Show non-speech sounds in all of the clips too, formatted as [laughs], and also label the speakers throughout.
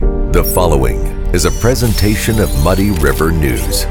Speaker 1: The following is a presentation of Muddy River News.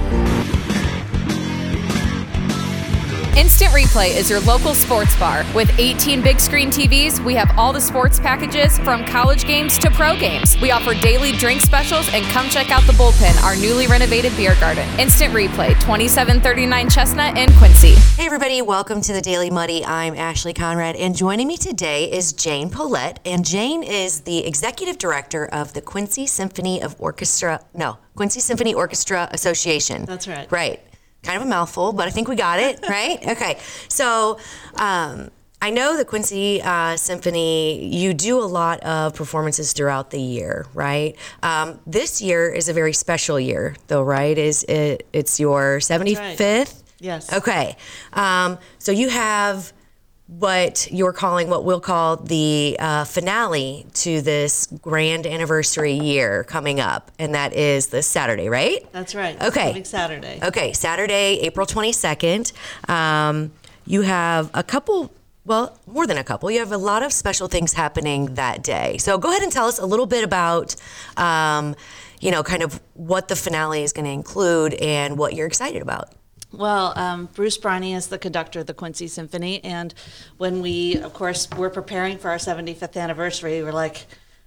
Speaker 2: Instant Replay is your local sports bar. With 18 big screen TVs, we have all the sports packages from college games to pro games. We offer daily drink specials and come check out the bullpen, our newly renovated beer garden. Instant Replay, 2739 Chestnut and Quincy.
Speaker 3: Hey, everybody, welcome to the Daily Muddy. I'm Ashley Conrad, and joining me today is Jane Paulette. And Jane is the executive director of the Quincy Symphony of Orchestra, no, Quincy Symphony Orchestra Association.
Speaker 4: That's right.
Speaker 3: Right. Kind of a mouthful, but I think we got it, right? Okay. So, um, I know the Quincy uh, Symphony, you do a lot of performances throughout the year, right? Um, this year is a very special year, though, right? Is it, It's your 75th?
Speaker 4: Yes.
Speaker 3: Okay. Um, so you have what you're calling, what we'll call the uh, finale to this grand anniversary year coming up, and that is this Saturday, right?
Speaker 4: That's right.
Speaker 3: Okay.
Speaker 4: Coming Saturday.
Speaker 3: Okay, Saturday, April 22nd. Um, you have a couple, well, more than a couple. You have a lot of special things happening that day. So go ahead and tell us a little bit about, um, you know, kind of what the finale is going to include and what you're excited about.
Speaker 4: Well, um, Bruce Briney is the conductor of the Quincy Symphony, and when we, of course, we're preparing for our 75th anniversary, we're like,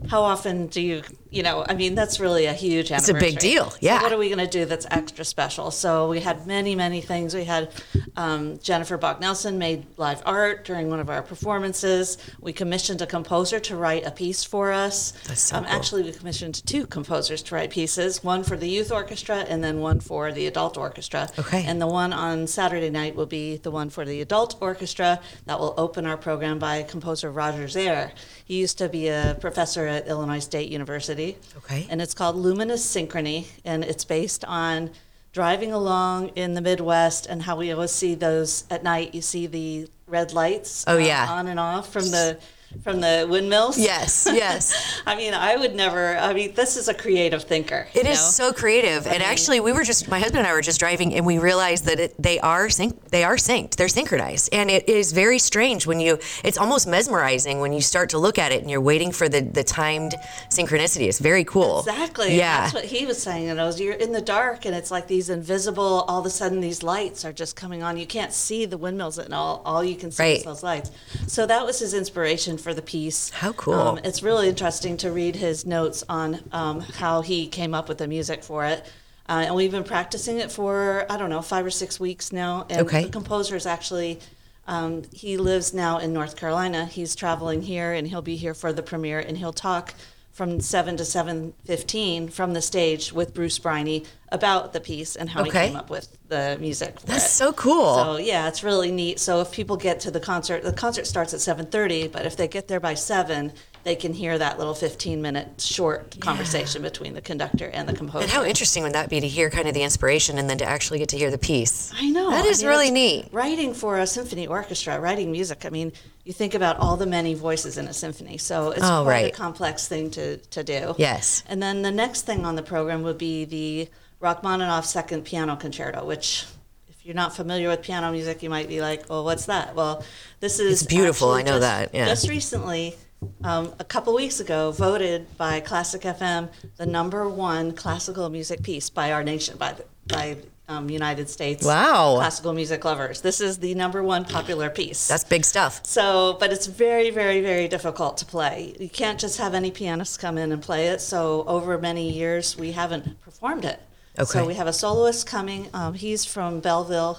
Speaker 4: how often do you, you know, I mean, that's really a huge
Speaker 3: a
Speaker 4: anniversary.
Speaker 3: big deal,
Speaker 4: So
Speaker 3: yeah.
Speaker 4: what are we going to do that's extra special? So we had many, many things. We had um, Jennifer Bach Nelson made live art during one of our performances. We commissioned a composer to write a piece for us.
Speaker 3: That's so
Speaker 4: um,
Speaker 3: cool.
Speaker 4: Actually, we commissioned two composers to write pieces, one for the youth orchestra and then one for the adult orchestra.
Speaker 3: Okay.
Speaker 4: And the one on Saturday night will be the one for the adult orchestra that will open our program by composer Roger Zaire. He used to be a professor at Illinois State University.
Speaker 3: Okay.
Speaker 4: And it's called Luminous Synchrony, and it's based on driving along in the Midwest and how we always see those at night. You see the red lights.
Speaker 3: Oh,
Speaker 4: uh,
Speaker 3: yeah.
Speaker 4: On and off from the from the windmills.
Speaker 3: Yes, yes. [laughs]
Speaker 4: I mean, I would never. I mean, this is a creative thinker.
Speaker 3: It is so creative, and
Speaker 4: Mm-hmm.
Speaker 3: actually, we were just my husband and I were just driving, and we realized that it, they are sync, they are synced, they're synchronized, and it is very strange when you. It's almost mesmerizing when you start to look at it, and you're waiting for the the timed synchronicity. It's very cool.
Speaker 4: Exactly.
Speaker 3: Yeah.
Speaker 4: That's what he was saying. And I was, you're in the dark, and it's like these invisible. All of a sudden, these lights are just coming on. You can't see the windmills, and all all you can see
Speaker 3: Right.
Speaker 4: is those lights. So that was his inspiration for the piece.
Speaker 3: How cool.
Speaker 4: Um, it's really interesting to read his notes on um, how he came up with the music for it. Uh, and we've been practicing it for I don't know five or six weeks now. And
Speaker 3: Okay.
Speaker 4: the composer is actually um, he lives now in North Carolina. He's traveling here, and he'll be here for the premiere. And he'll talk from seven to seven fifteen from the stage with Bruce Briney about the piece and how
Speaker 3: Okay.
Speaker 4: he came up with the music. For
Speaker 3: That's
Speaker 4: it.
Speaker 3: so cool.
Speaker 4: So yeah, it's really neat. So if people get to the concert, the concert starts at seven thirty, but if they get there by seven, they can hear that little fifteen minute short conversation between the conductor and the composer.
Speaker 3: And how interesting would that be to hear kind of the inspiration, and then to actually get to hear the piece?
Speaker 4: I know.
Speaker 3: that
Speaker 4: I
Speaker 3: is
Speaker 4: mean,
Speaker 3: really
Speaker 4: it's-
Speaker 3: neat.
Speaker 4: Writing for a symphony orchestra, writing music. I mean, you think about all the many voices in a symphony, so it's
Speaker 3: Oh,
Speaker 4: quite
Speaker 3: right.
Speaker 4: a complex thing to, to do.
Speaker 3: Yes.
Speaker 4: And then the next thing on the program would be the Rachmaninoff Second Piano Concerto, which. If you're not familiar with piano music, you might be like, "Well, what's that?" Well, this is
Speaker 3: beautiful.
Speaker 4: actually
Speaker 3: I know
Speaker 4: just-
Speaker 3: that, yeah.
Speaker 4: Just recently, um, a couple weeks ago, voted by Classic FM the number one classical music piece by our nation, by the, by um, United States
Speaker 3: Wow.
Speaker 4: classical music lovers. This is the number one popular piece.
Speaker 3: That's big stuff.
Speaker 4: so, but it's very, very, very difficult to play. You can't just have any pianists come in and play it. So, over many years, we haven't performed it.
Speaker 3: Okay.
Speaker 4: So, we have a soloist coming. Um, he's from Belleville,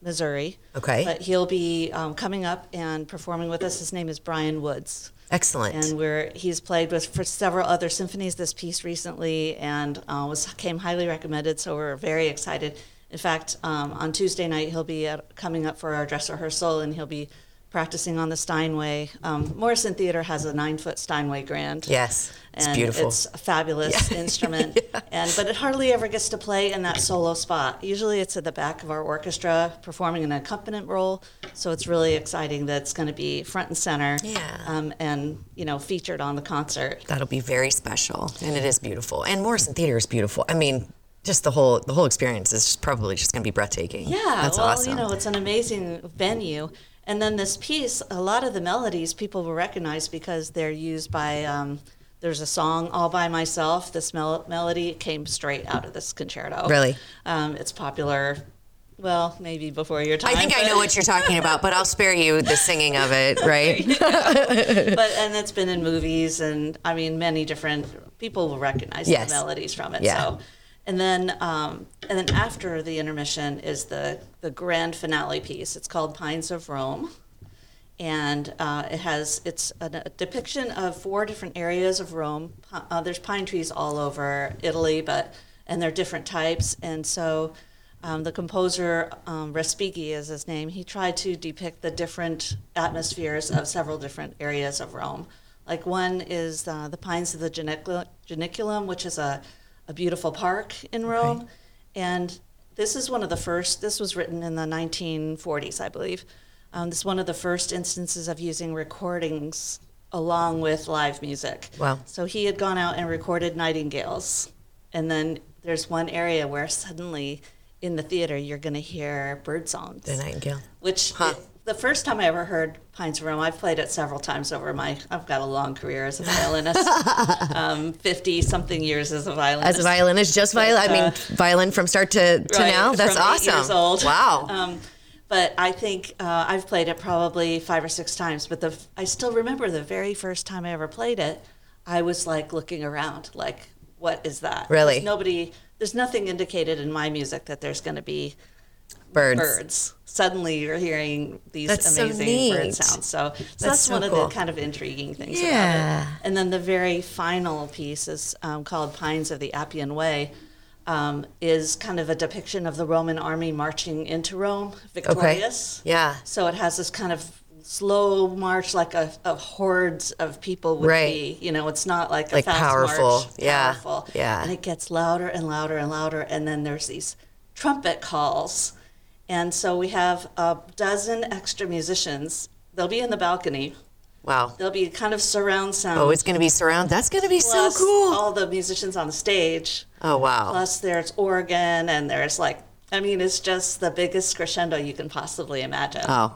Speaker 4: Missouri.
Speaker 3: Okay.
Speaker 4: But he'll be um, coming up and performing with us. His name is Brian Woods
Speaker 3: Excellent.
Speaker 4: and where he's played with for several other symphonies this piece recently and uh, was came highly recommended so we're very excited in fact um, on tuesday night he'll be at, coming up for our dress rehearsal and he'll be practicing on the steinway um, morrison theater has a nine foot steinway grand
Speaker 3: yes, it's
Speaker 4: and
Speaker 3: beautiful.
Speaker 4: It's a fabulous instrument, and but it hardly ever gets to play in that solo spot. Usually, it's at the back of our orchestra performing an accompaniment role. So it's really exciting that it's going to be front and center,
Speaker 3: Yeah.
Speaker 4: um, and you know featured on the concert.
Speaker 3: That'll be very special, and it is beautiful. And Morrison Theater is beautiful. I mean, just the whole the whole experience is just probably just going to be breathtaking.
Speaker 4: Yeah,
Speaker 3: that's
Speaker 4: well,
Speaker 3: awesome.
Speaker 4: you know, it's an amazing venue. And then this piece, a lot of the melodies people will recognize because they're used by um, There's a song all by myself. This mel- melody came straight out of this concerto.
Speaker 3: Really?
Speaker 4: Um, it's popular. Well, maybe before your time.
Speaker 3: I think I
Speaker 4: but-
Speaker 3: know what you're talking about, but I'll spare you the singing of
Speaker 4: [laughs]
Speaker 3: it, right?
Speaker 4: but and it's been in movies and I mean many different people will recognize
Speaker 3: Yes.
Speaker 4: the melodies from it.
Speaker 3: Yeah.
Speaker 4: So and then um, and then after the intermission is the the grand finale piece. It's called Pines of Rome. And uh, it has it's a, a depiction of four different areas of Rome. Pi- Uh, there's pine trees all over Italy, but and they're different types. And so, um, the composer um, Respighi is his name. He tried to depict the different atmospheres of several different areas of Rome. Like one is uh, the pines of the Janicula, Janiculum, which is a, a beautiful park in Rome, and this is one of the first. This was written in the 1940s, I believe. Um, this is one of the first instances of using recordings along with live music.
Speaker 3: Wow.
Speaker 4: So he had gone out and recorded nightingales. And then there's one area where suddenly in the theater you're going to hear bird songs.
Speaker 3: The Nightingale.
Speaker 4: Which the first time I ever heard Pines of Rome, I've played it several times over my, I've got a long
Speaker 3: [laughs]
Speaker 4: career as a violinist, 50 something years as a
Speaker 3: As
Speaker 4: violinist.
Speaker 3: a violinist, just violin. I mean, violin from start to, to
Speaker 4: uh, Right,
Speaker 3: now. That's
Speaker 4: from eight
Speaker 3: awesome.
Speaker 4: years old.
Speaker 3: Wow.
Speaker 4: [laughs] Um, but I think uh, I've played it probably five or six times. But the I still remember the very first time I ever played it. I was like looking around, like, what is that?
Speaker 3: Really?
Speaker 4: There's nobody. There's nothing indicated in my music that there's going to be
Speaker 3: birds.
Speaker 4: birds. Suddenly, you're hearing these
Speaker 3: That's so
Speaker 4: amazing
Speaker 3: neat.
Speaker 4: bird sounds. So, so that's,
Speaker 3: so
Speaker 4: one
Speaker 3: cool.
Speaker 4: of the kind of intriguing things
Speaker 3: Yeah.
Speaker 4: about it. And then the very final piece is um, called "Pines of the Appian Way." Um, is kind of a depiction of the Roman army marching into Rome, victorious.
Speaker 3: Yeah.
Speaker 4: So it has this kind of slow march, like a, of hordes of people would
Speaker 3: Right.
Speaker 4: be. You know, it's not like a
Speaker 3: Like
Speaker 4: fast
Speaker 3: powerful.
Speaker 4: march,
Speaker 3: Yeah.
Speaker 4: powerful.
Speaker 3: Yeah.
Speaker 4: And it gets louder and louder and louder, and then there's these trumpet calls, and so we have a dozen extra musicians. They'll be in the balcony.
Speaker 3: Wow.
Speaker 4: They'll be kind of surround sound.
Speaker 3: Oh, it's going to be surround. That's going to be so
Speaker 4: plus
Speaker 3: cool.
Speaker 4: All the musicians on the stage.
Speaker 3: oh, wow.
Speaker 4: Plus, there's organ, and there's like, I mean, it's just the biggest crescendo you can possibly imagine.
Speaker 3: Oh.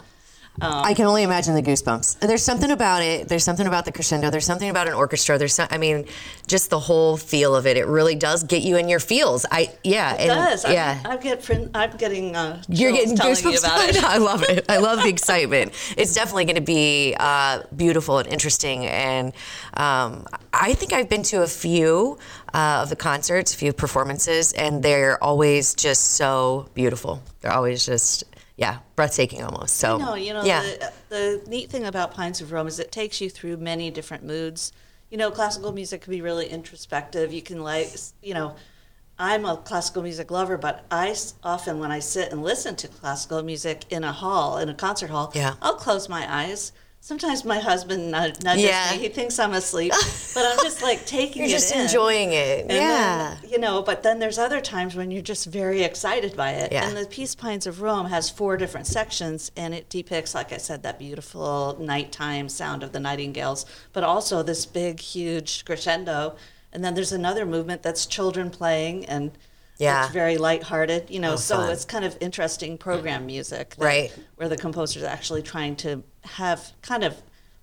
Speaker 3: I can only imagine the goosebumps. There's something about it. There's something about the crescendo. There's something about an orchestra. There's some, I mean, just the whole feel of it. It really does get you in your feels. I yeah. It
Speaker 4: does. I'm-
Speaker 3: Yeah.
Speaker 4: I'm, get print, I'm getting. Uh,
Speaker 3: You're
Speaker 4: chills
Speaker 3: getting
Speaker 4: telling
Speaker 3: goosebumps.
Speaker 4: you about
Speaker 3: I know,
Speaker 4: it.
Speaker 3: I love it. I
Speaker 4: [laughs]
Speaker 3: love the excitement. It's definitely going to be uh, beautiful and interesting. And um, I think I've been to a few uh, of the concerts, a few performances, and they're always just so beautiful. They're always just yeah, breathtaking almost. So
Speaker 4: No, you know,
Speaker 3: yeah,
Speaker 4: the, the neat thing about Pines of Rome is it takes you through many different moods. You know, classical music can be really introspective. You can, like, s- you know, I'm a classical music lover, but I s- often, when I sit and listen to classical music in a hall, in a concert hall,
Speaker 3: Yeah.
Speaker 4: I'll close my eyes. Sometimes my husband nud- nudges
Speaker 3: Yeah.
Speaker 4: me. He thinks I'm
Speaker 3: [laughs]
Speaker 4: asleep, but I'm just like taking
Speaker 3: you're
Speaker 4: it
Speaker 3: just
Speaker 4: in.
Speaker 3: enjoying it.
Speaker 4: And
Speaker 3: yeah.
Speaker 4: then, you know, but then there's other times when you're just very excited by it.
Speaker 3: Yeah.
Speaker 4: And the piece Pines of Rome has four different sections, and it depicts, like I said, that beautiful nighttime sound of the nightingales, but also this big, huge crescendo. And then there's another movement that's children playing and
Speaker 3: Yeah. Oh,
Speaker 4: it's very lighthearted, you know. so
Speaker 3: fun.
Speaker 4: it's kind of interesting program music, that-
Speaker 3: Right.
Speaker 4: Where the composer's actually trying to have kind of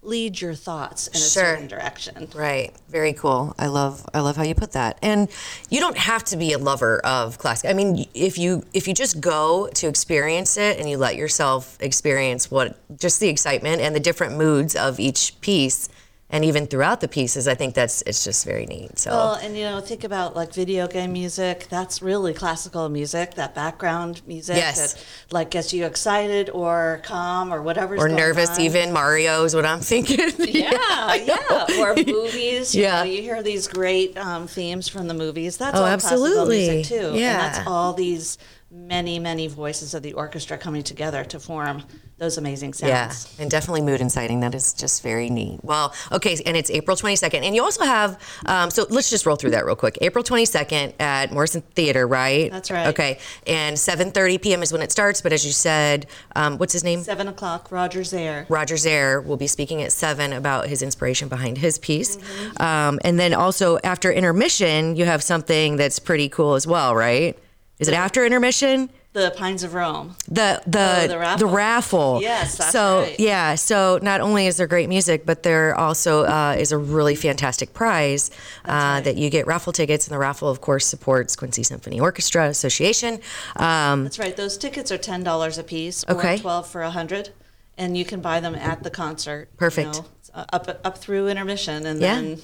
Speaker 4: lead your thoughts in a
Speaker 3: Sure.
Speaker 4: certain direction.
Speaker 3: Right. Very cool. I love I love how you put that. And you don't have to be a lover of classic. I mean, if you if you just go to experience it and you let yourself experience what just the excitement and the different moods of each piece and even throughout the pieces, I think that's it's just very neat. So
Speaker 4: Well, and you know, think about like video game music. That's really classical music. That background music
Speaker 3: Yes.
Speaker 4: that like gets you excited or calm or whatever's
Speaker 3: or
Speaker 4: going
Speaker 3: nervous
Speaker 4: on.
Speaker 3: even Mario is what I'm thinking. [laughs]
Speaker 4: Yeah, yeah. Or movies. You
Speaker 3: Yeah.
Speaker 4: know, you hear these great um, themes from the movies. That's
Speaker 3: Oh,
Speaker 4: all
Speaker 3: absolutely.
Speaker 4: classical music too. And
Speaker 3: Yeah.
Speaker 4: that's all these many, many voices of the orchestra coming together to form those amazing
Speaker 3: Yeah,
Speaker 4: sounds.
Speaker 3: and definitely mood inciting. That is just very neat. Well, okay, and it's April 22nd. And you also have, um, so let's just roll through that real quick. April 22nd at Morrison Theater, right?
Speaker 4: That's right.
Speaker 3: Okay, and 7.30 p.m. is when it starts. But as you said, um, what's his name?
Speaker 4: Seven o'clock, Roger Zaire.
Speaker 3: Roger Zare will be speaking at seven about his inspiration behind his piece.
Speaker 4: Mm-hmm.
Speaker 3: Um, and then also after intermission, you have something that's pretty cool as well, right? Is it after intermission?
Speaker 4: the Pines of Rome.
Speaker 3: the the
Speaker 4: Oh,
Speaker 3: the
Speaker 4: the
Speaker 3: raffle.
Speaker 4: raffle. Yes, that's
Speaker 3: so
Speaker 4: right.
Speaker 3: yeah, so not only is there great music, but there also uh, is a really fantastic prize uh, that you get raffle tickets, and the raffle, of course, supports Quincy Symphony Orchestra Association. Um,
Speaker 4: That's right. Those tickets are ten dollars a piece, or
Speaker 3: Okay.
Speaker 4: twelve for a hundred, and you can buy them at the concert. you
Speaker 3: Perfect.
Speaker 4: know, uh, up up through intermission, and
Speaker 3: Yeah.
Speaker 4: then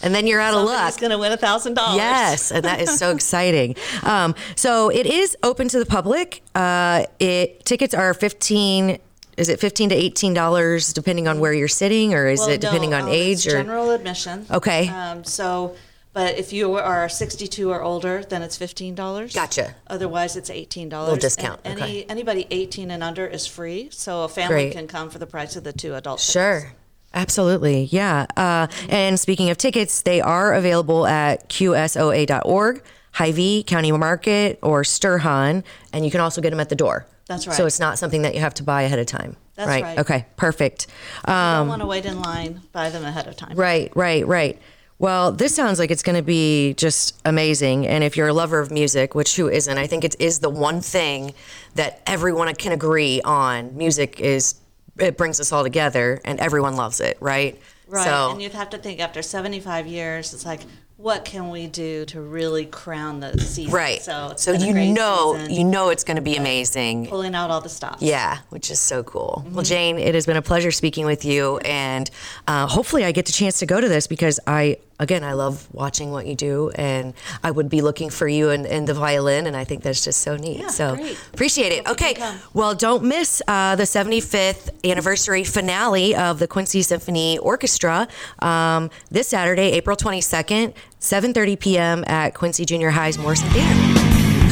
Speaker 3: and then you're out of luck.
Speaker 4: somebody's going to win a thousand dollars.
Speaker 3: Yes, and that is
Speaker 4: [laughs]
Speaker 3: so exciting. Um, so it is open to the public. Uh, it tickets are fifteen. Is it fifteen to eighteen dollars depending on where you're sitting, or is
Speaker 4: Mm. Well,
Speaker 3: it depending
Speaker 4: no,
Speaker 3: on
Speaker 4: um,
Speaker 3: age?
Speaker 4: It's
Speaker 3: Or
Speaker 4: general admission.
Speaker 3: Okay.
Speaker 4: Um, so, but if you are 62 or older, then it's fifteen dollars.
Speaker 3: Gotcha.
Speaker 4: Otherwise, it's eighteen dollars.
Speaker 3: discount,
Speaker 4: Any
Speaker 3: okay.
Speaker 4: anybody 18 and under is free, so a family
Speaker 3: Great.
Speaker 4: can come for the price of the two adults.
Speaker 3: Sure. Absolutely. Yeah. Uh, and speaking of tickets, they are available at qsoa.org, Hy-Vee, County Market, or Sturhan. And you can also get them at the door.
Speaker 4: That's
Speaker 3: So
Speaker 4: right.
Speaker 3: it's not something that you have to buy ahead of time.
Speaker 4: That's right.
Speaker 3: Okay. Perfect. Um,
Speaker 4: I don't want to wait in line. Buy them ahead of time.
Speaker 3: Right, right, right. Well, this sounds like it's going to be just amazing. And if you're a lover of music, which who isn't, I think it is the one thing that everyone can agree on. Music is it brings us all together, and everyone loves it, right?
Speaker 4: Right.
Speaker 3: So
Speaker 4: And you'd have to think after 75 years, it's like, what can we do to really crown the season?
Speaker 3: right.
Speaker 4: So, it's been a
Speaker 3: you
Speaker 4: great
Speaker 3: know
Speaker 4: season,
Speaker 3: you know it's going to be amazing.
Speaker 4: pulling out all the stops.
Speaker 3: Yeah, which is so cool. Well, Jane, it has been a pleasure speaking with you, and uh, hopefully, I get the chance to go to this because I, again, I love watching what you do, and I would be looking for you and, and the violin, and I think that's just so neat.
Speaker 4: Yeah,
Speaker 3: so
Speaker 4: great.
Speaker 3: appreciate it.
Speaker 4: Hope you
Speaker 3: Okay,
Speaker 4: can come.
Speaker 3: well, don't miss uh, the 75th anniversary finale of the Quincy Symphony Orchestra um, this Saturday, April 22nd, 7:30 p.m. at Quincy Junior High's Morrison Theater.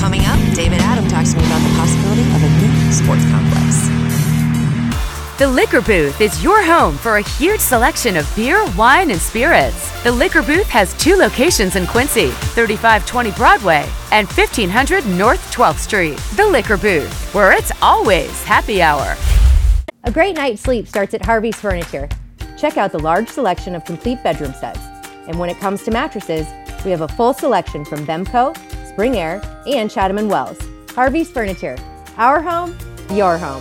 Speaker 3: Coming up, David Adam talks to me about the possibility of a new sports complex.
Speaker 5: The Liquor Booth is your home for a huge selection of beer, wine, and spirits. The Liquor Booth has two locations in Quincy 3520 Broadway and 1500 North 12th Street. The Liquor Booth, where it's always happy hour.
Speaker 6: A great night's sleep starts at Harvey's Furniture. Check out the large selection of complete bedroom sets. And when it comes to mattresses, we have a full selection from Bemco, Spring Air, and Chatham and Wells. Harvey's Furniture, our home, your home.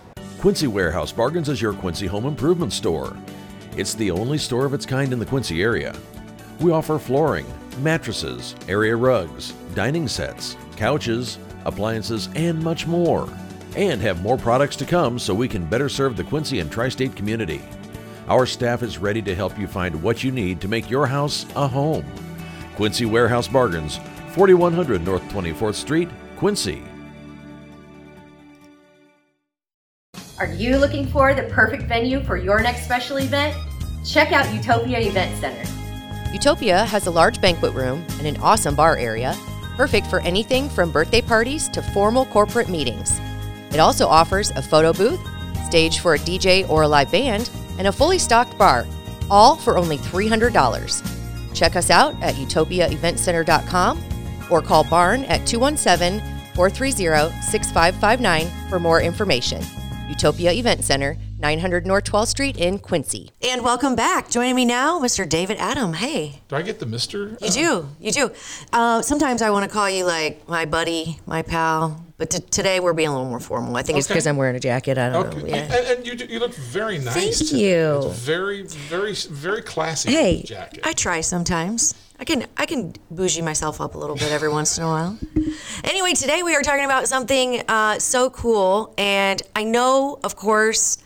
Speaker 7: Quincy Warehouse Bargains is your Quincy home improvement store. It's the only store of its kind in the Quincy area. We offer flooring, mattresses, area rugs, dining sets, couches, appliances, and much more. And have more products to come so we can better serve the Quincy and tri state community. Our staff is ready to help you find what you need to make your house a home. Quincy Warehouse Bargains, 4100 North 24th Street, Quincy.
Speaker 8: Are you looking for the perfect venue for your next special event? Check out Utopia Event Center.
Speaker 3: Utopia has a large banquet room and an awesome bar area, perfect for anything from birthday parties to formal corporate meetings. It also offers a photo booth, stage for a DJ or a live band, and a fully stocked bar, all for only $300. Check us out at utopiaeventcenter.com or call Barn at 217 430 6559 for more information. Utopia Event Center, 900 North 12th Street in Quincy. And welcome back. Joining me now, Mr. David Adam. Hey.
Speaker 9: Do I get the Mister? Um,
Speaker 3: You do. You do. Uh, sometimes I want to call you like my buddy, my pal, but t- today we're being a little more formal. I think it's
Speaker 9: Okay.
Speaker 3: because I'm wearing a jacket. I don't know.
Speaker 9: Okay.
Speaker 3: Oh, Yeah.
Speaker 9: And, and you, do, you look very nice.
Speaker 3: Thank
Speaker 9: today.
Speaker 3: you.
Speaker 9: It's very, very, very classy.
Speaker 3: Hey,
Speaker 9: jacket.
Speaker 3: I try sometimes. I can I can bougie myself up a little bit every once in a while. Anyway, today we are talking about something uh, so cool, and I know, of course,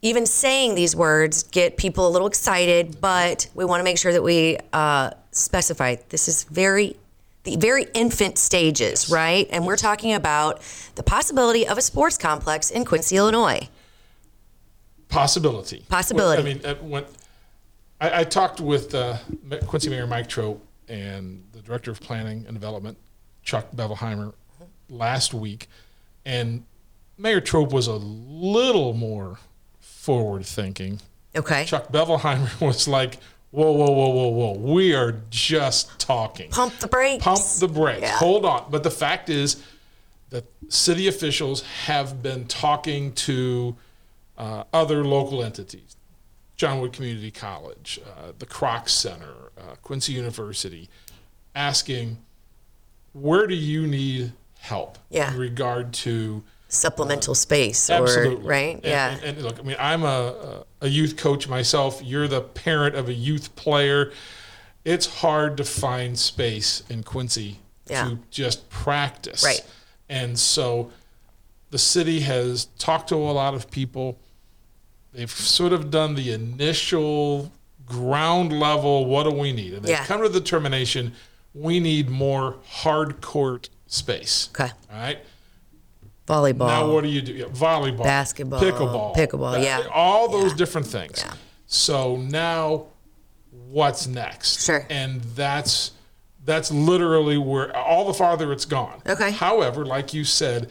Speaker 3: even saying these words get people a little excited, but we want to make sure that we uh, specify this is very the very infant stages, right? And we're talking about the possibility of a sports complex in Quincy, Illinois.
Speaker 9: possibility.
Speaker 3: Possibility.
Speaker 9: Well, I mean, uh, when I, I talked with uh, Ma- Quincy Mayor Mike Trope and the director of planning and development, Chuck Bevelheimer, last week, and Mayor Trope was a little more forward thinking.
Speaker 3: Okay.
Speaker 9: Chuck Bevelheimer [laughs] was like, "Whoa, whoa, whoa, whoa, whoa! We are just talking.
Speaker 3: Pump the brakes.
Speaker 9: Pump the brakes. Hold on." But the fact is that city officials have been talking to uh, other local entities, John Wood Community College, uh, the Croc Center, uh, Quincy University, asking, "Where do you need help
Speaker 3: Yeah.
Speaker 9: in regard to?"
Speaker 3: Supplemental space,
Speaker 9: Absolutely.
Speaker 3: or right?
Speaker 9: And-
Speaker 3: yeah.
Speaker 9: And, and look, I mean, I'm a, a youth coach myself. You're the parent of a youth player. It's hard to find space in Quincy
Speaker 3: Yeah.
Speaker 9: to just practice.
Speaker 3: Right.
Speaker 9: And so the city has talked to a lot of people. They've sort of done the initial ground level what do we need? And they've
Speaker 3: Yeah.
Speaker 9: come to the determination we need more hard court space.
Speaker 3: okay.
Speaker 9: All right.
Speaker 3: Volleyball.
Speaker 9: Now what do you do? Yeah, volleyball,
Speaker 3: Basketball,
Speaker 9: pickleball,
Speaker 3: pickleball,
Speaker 9: ba-
Speaker 3: yeah.
Speaker 9: all those
Speaker 3: Yeah.
Speaker 9: different things.
Speaker 3: Yeah.
Speaker 9: So now, what's next?
Speaker 3: Sure.
Speaker 9: And that's that's literally where all the farther it's gone.
Speaker 3: Okay.
Speaker 9: However, like you said,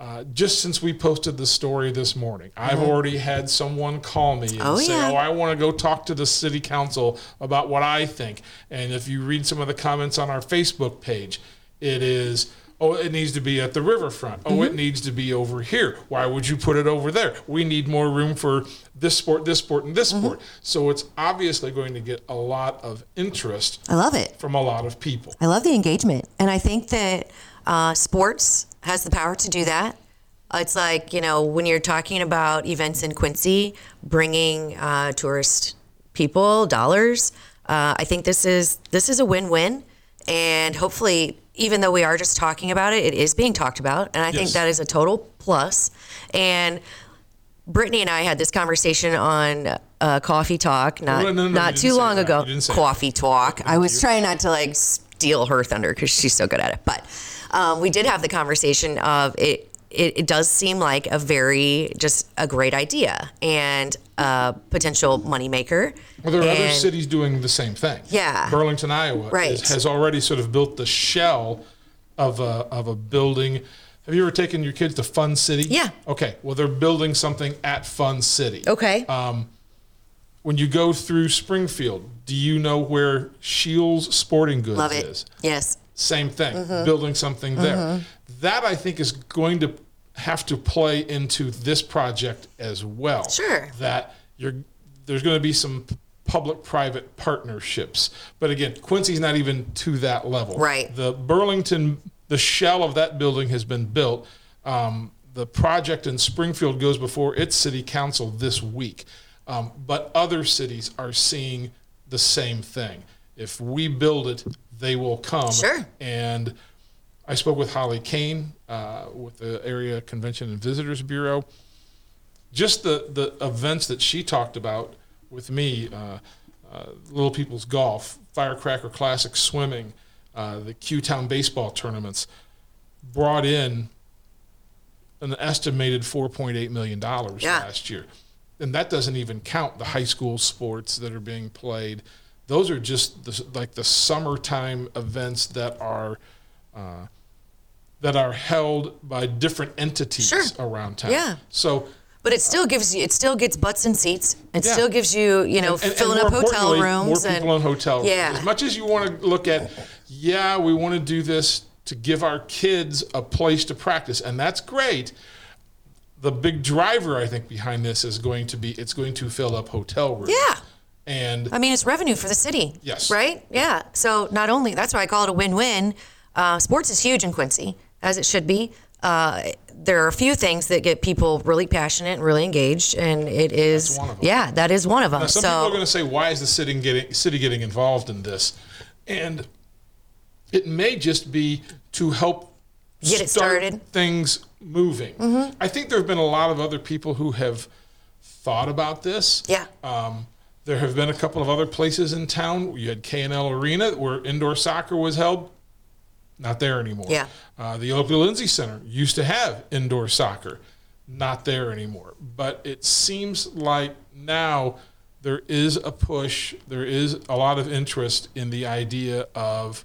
Speaker 9: uh, just since we posted the story this morning, I've already had someone call me and
Speaker 3: Mm-hmm. Oh,
Speaker 9: say,
Speaker 3: yeah.
Speaker 9: "Oh, I want to go talk to the city council about what I think." And if you read some of the comments on our Facebook page, it is, "Oh, it needs to be at the riverfront. Oh,
Speaker 3: Mm-hmm.
Speaker 9: it needs to be over here. Why would you put it over there? We need more room for this sport, this sport, and this
Speaker 3: Mm-hmm.
Speaker 9: sport." So it's obviously going to get a lot of interest
Speaker 3: I love it.
Speaker 9: from a lot of people.
Speaker 3: I love the engagement, and I think that uh, sports has the power to do that. It's like you know when you're talking about events in Quincy, bringing uh, tourist people dollars. Uh, I think this is this is a win-win, and hopefully, even though we are just talking about it, it is being talked about, and I think
Speaker 9: Yes.
Speaker 3: that is a total plus. And Brittany and I had this conversation on uh, Coffee Talk not
Speaker 9: No, no, no,
Speaker 3: not
Speaker 9: you
Speaker 3: too
Speaker 9: didn't say
Speaker 3: long
Speaker 9: that.
Speaker 3: ago.
Speaker 9: You didn't say that.
Speaker 3: Coffee Talk. I was trying not to like steal her thunder because she's so good at it. But um, we did have the conversation of it. It, it does seem like a very just a great idea and a potential moneymaker.
Speaker 9: Well, there are other
Speaker 3: And-
Speaker 9: cities doing the same thing.
Speaker 3: Yeah.
Speaker 9: Burlington, Iowa,
Speaker 3: Right.
Speaker 9: is- has already sort of built the shell of a of a building. Have you ever taken your kids to Fun City?
Speaker 3: Yeah.
Speaker 9: Okay. Well, they're building something at Fun City.
Speaker 3: Okay.
Speaker 9: Oh, When you go through Springfield, do you know where Shields Sporting Goods
Speaker 3: Love
Speaker 9: is?
Speaker 3: it. Yes.
Speaker 9: Same thing. Building something there. That I think is going to have to play into this project as well.
Speaker 3: Sure.
Speaker 9: That you're there's going to be some p- public-private partnerships, but again, Quincy's not even to that level.
Speaker 3: Right.
Speaker 9: The Burlington, the shell of that building has been built. Um, the project in Springfield goes before its city council this week, um, but other cities are seeing the same thing. If we build it, they will come.
Speaker 3: Sure.
Speaker 9: And I spoke with Holly Kane uh, with the Area Convention and Visitors Bureau. Just the, the events that she talked about with me uh, uh, Little People's Golf, Firecracker Classic Swimming, uh, the Q Town Baseball Tournaments brought in an estimated $4.8 million
Speaker 3: Yeah.
Speaker 9: last year. And that doesn't even count the high school sports that are being played. Those are just the, like the summertime events that are uh, that are held by different entities
Speaker 3: Sure.
Speaker 9: around town.
Speaker 3: Yeah.
Speaker 9: So
Speaker 3: But it still gives you. It still gets butts and seats. It
Speaker 9: Yeah.
Speaker 3: still gives you. You know,
Speaker 9: and- and- and
Speaker 3: filling
Speaker 9: more
Speaker 3: up hotel
Speaker 9: importantly,
Speaker 3: rooms
Speaker 9: More
Speaker 3: and
Speaker 9: people in hotel rooms.
Speaker 3: Yeah.
Speaker 9: As much as you want to look at, yeah, we want to do this to give our kids a place to practice, and that's great. The big driver, I think, behind this is going to be it's going to fill up hotel rooms.
Speaker 3: Yeah.
Speaker 9: And
Speaker 3: I mean, it's revenue for the city.
Speaker 9: Yes.
Speaker 3: Right? Yeah. So not only that's why I call it a win-win. Uh, sports is huge in Quincy, as it should be. Uh, there are a few things that get people really passionate and really engaged, and it is
Speaker 9: one of 'em.
Speaker 3: yeah, that is one of them.
Speaker 9: Now, some
Speaker 3: so
Speaker 9: people are going to say, "Why is the city getting city getting involved in this?" And it may just be to help
Speaker 3: Get it started. Mm-hmm.
Speaker 9: things moving. I think there have been a lot of other people who have thought about this.
Speaker 3: Yeah.
Speaker 9: Um, there have been a couple of other places in town. You had K and L Arena where indoor soccer was held. Not there anymore.
Speaker 3: Yeah.
Speaker 9: Uh, the Oakville Lindsay Center used to have indoor soccer. Not there anymore. But it seems like now there is a push, there is a lot of interest in the idea of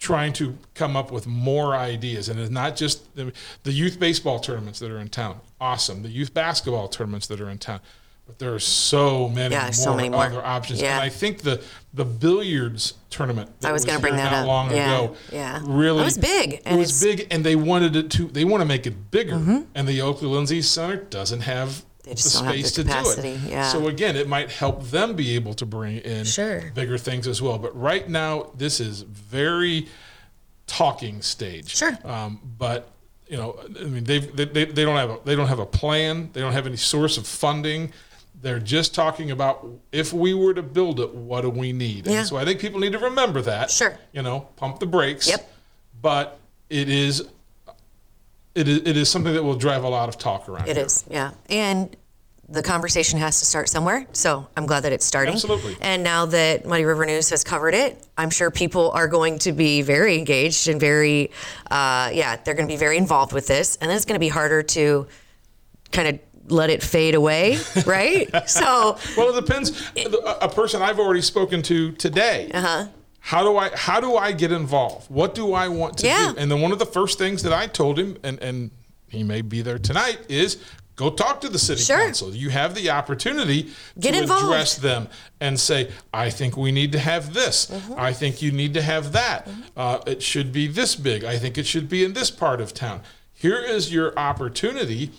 Speaker 9: trying to come up with more ideas. And it's not just the, the youth baseball tournaments that are in town. Awesome. The youth basketball tournaments that are in town. But there are so many
Speaker 3: Yeah,
Speaker 9: more
Speaker 3: so many more.
Speaker 9: other options.
Speaker 3: Yeah.
Speaker 9: And I think the the billiards tournament that
Speaker 3: I was gonna
Speaker 9: here
Speaker 3: bring that
Speaker 9: not
Speaker 3: up.
Speaker 9: long
Speaker 3: Yeah,
Speaker 9: ago
Speaker 3: yeah.
Speaker 9: really
Speaker 3: It was big,
Speaker 9: It
Speaker 3: and
Speaker 9: was
Speaker 3: it's- Mm-hmm.
Speaker 9: big and they wanted it to they want to make it bigger. And the Oakley Lindsay Center doesn't have
Speaker 3: They just
Speaker 9: the
Speaker 3: don't have the
Speaker 9: space
Speaker 3: capacity,
Speaker 9: to do it.
Speaker 3: yeah.
Speaker 9: So again, it might help them be able to bring in
Speaker 3: Sure.
Speaker 9: bigger things as well. But right now, this is very talking stage.
Speaker 3: Sure.
Speaker 9: Um, but you know, I mean, they've, they they they don't have a, they don't have a plan. They don't have any source of funding. They're just talking about if we were to build it, what do we need?
Speaker 3: Yeah.
Speaker 9: And so I think people need to remember that.
Speaker 3: Sure.
Speaker 9: You know, pump the brakes.
Speaker 3: Yep.
Speaker 9: But it is. It is, it is something that will drive a lot of talk around.
Speaker 3: It
Speaker 9: here.
Speaker 3: is, yeah. And the conversation has to start somewhere. So I'm glad that it's starting.
Speaker 9: Absolutely.
Speaker 3: And now that Muddy River News has covered it, I'm sure people are going to be very engaged and very, uh, yeah, they're going to be very involved with this. And then it's going to be harder to kind of let it fade away, [laughs] right? so,
Speaker 9: Well, it depends. A- A person I've already spoken to today.
Speaker 3: Uh-huh.
Speaker 9: How do I how do I get involved? What do I want to
Speaker 3: Yeah.
Speaker 9: do? And then one of the first things that I told him, and and he may be there tonight, is go talk to the city
Speaker 3: Sure.
Speaker 9: council. You have the opportunity
Speaker 3: Get
Speaker 9: to
Speaker 3: involved.
Speaker 9: address them and say, I think we need to have this.
Speaker 3: Mm-hmm.
Speaker 9: I think you need to have that. Uh, it should be this big. I think it should be in this part of town. Here is your opportunity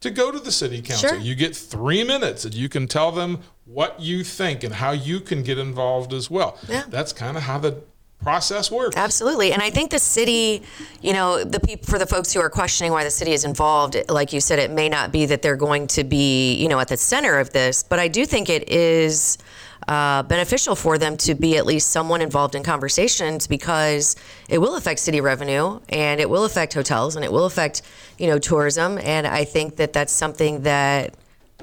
Speaker 9: to go to the city council.
Speaker 3: Sure.
Speaker 9: You get three minutes and you can tell them what you think and how you can get involved as well.
Speaker 3: Yeah.
Speaker 9: That's kind of how the process works.
Speaker 3: Absolutely, and I think the city, you know, the people for the folks who are questioning why the city is involved, like you said, it may not be that they're going to be, you know, at the center of this, but I do think it is uh, beneficial for them to be at least someone involved in conversations because it will affect city revenue and it will affect hotels and it will affect, you know, tourism, and I think that that's something that,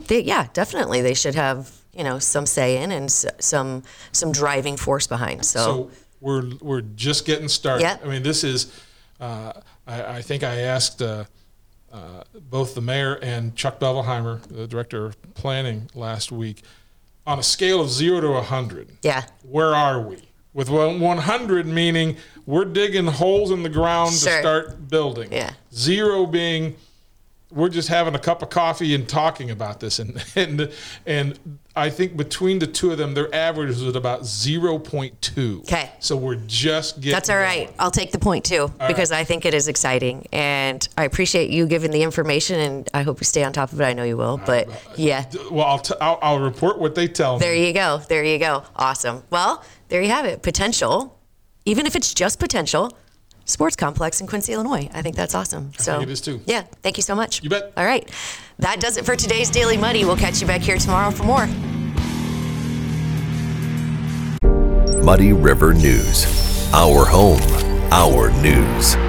Speaker 3: they, yeah, definitely they should have. You know, some say in and s- some some driving force behind.
Speaker 9: So we're we're just getting started.
Speaker 3: Yep.
Speaker 9: I mean, this is. Uh, I, I think I asked uh, uh, both the mayor and Chuck Bevelheimer, the director of planning, last week, on a scale of zero to hundred.
Speaker 3: Yeah.
Speaker 9: Where are we? With one- 100 meaning we're digging holes in the ground
Speaker 3: Sure.
Speaker 9: to start building.
Speaker 3: Yeah.
Speaker 9: Zero being we're just having a cup of coffee and talking about this and [laughs] and and I think between the two of them their average was at about 0.2.
Speaker 3: 'Kay.
Speaker 9: So we're just getting
Speaker 3: That's all right.
Speaker 9: going.
Speaker 3: I'll take the point too because I think it is exciting, and I appreciate you giving the information, and I hope you stay on top of it. I know you will, but yeah,
Speaker 9: D- Well, I'll, t- I'll I'll report what they tell
Speaker 3: there
Speaker 9: me.
Speaker 3: you go, there you go, awesome. Well, there you have it. Potential, even if it's just potential, sports complex in Quincy, Illinois. I think that's awesome. So
Speaker 9: it is too.
Speaker 3: Yeah. Thank you so much.
Speaker 9: You bet.
Speaker 3: All right, that does it for today's Daily Muddy. We'll catch you back here tomorrow for more.
Speaker 1: Muddy River News. Our home, our news.